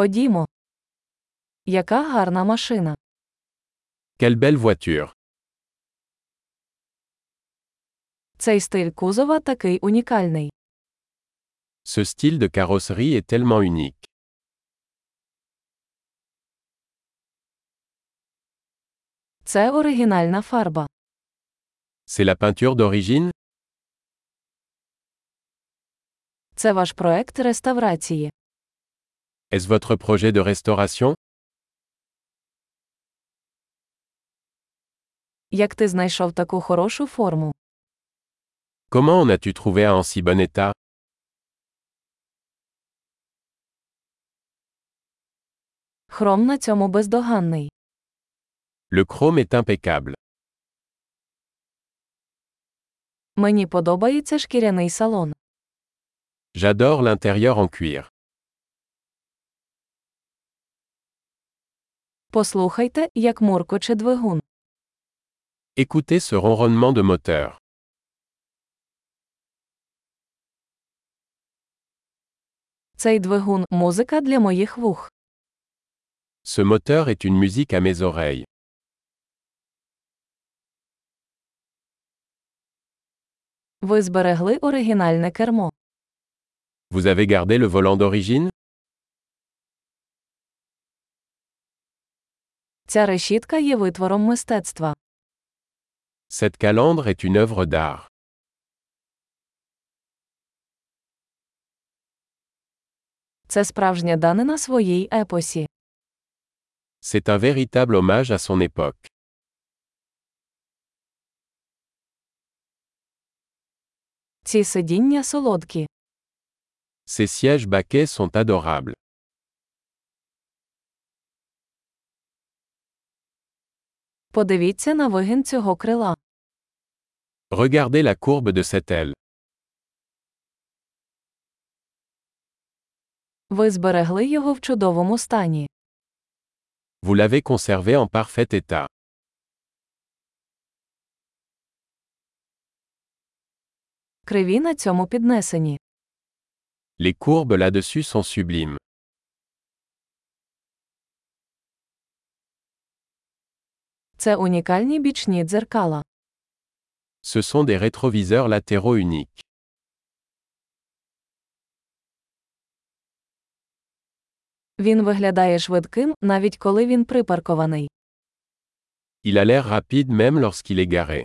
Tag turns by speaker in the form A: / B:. A: Ходімо. Яка гарна машина.
B: Quelle belle voiture.
A: Цей стиль кузова такий унікальний.
B: Ce style de carrosserie est tellement unique.
A: Це оригінальна фарба.
B: C'est la peinture d'origine
A: Це ваш проект реставрації.
B: Est-ce votre projet de restauration
A: Як ти знайшов таку хорошу форму?
B: Comment en as-tu trouvé un en si bon état
A: Хром на цьому бездоганний.
B: Le chrome est impeccable.
A: Мені подобається шкіряний салон.
B: J'adore l'intérieur en cuir.
A: Послухайте, як муркоче двигун.
B: Écoutez ce ronronnement de moteur.
A: Цей двигун музика для моїх вух.
B: Ce moteur est une musique à mes oreilles.
A: Ви зберегли оригінальне кермо.
B: Vous avez gardé le volant d'origine
A: Ця решітка є витвором мистецтва.
B: Cette calandre est une œuvre d'art.
A: Це справжня данина своїй епосі.
B: C'est un véritable hommage à son époque.
A: Ці сидіння солодкі.
B: Ces sièges baquets sont adorables.
A: Подивіться на вигін цього крила.
B: Regardez la courbe de cette aile.
A: Ви зберегли його в чудовому стані.
B: Vous l'avez conservé en parfait état.
A: Криві на цьому піднесені.
B: Les courbes là-dessus sont sublimes.
A: Це унікальні бічні дзеркала.
B: Ce sont des rétroviseurs latéraux uniques.
A: Він виглядає швидким, навіть коли він припаркований.
B: Il a l'air rapide même lorsqu'il est garé.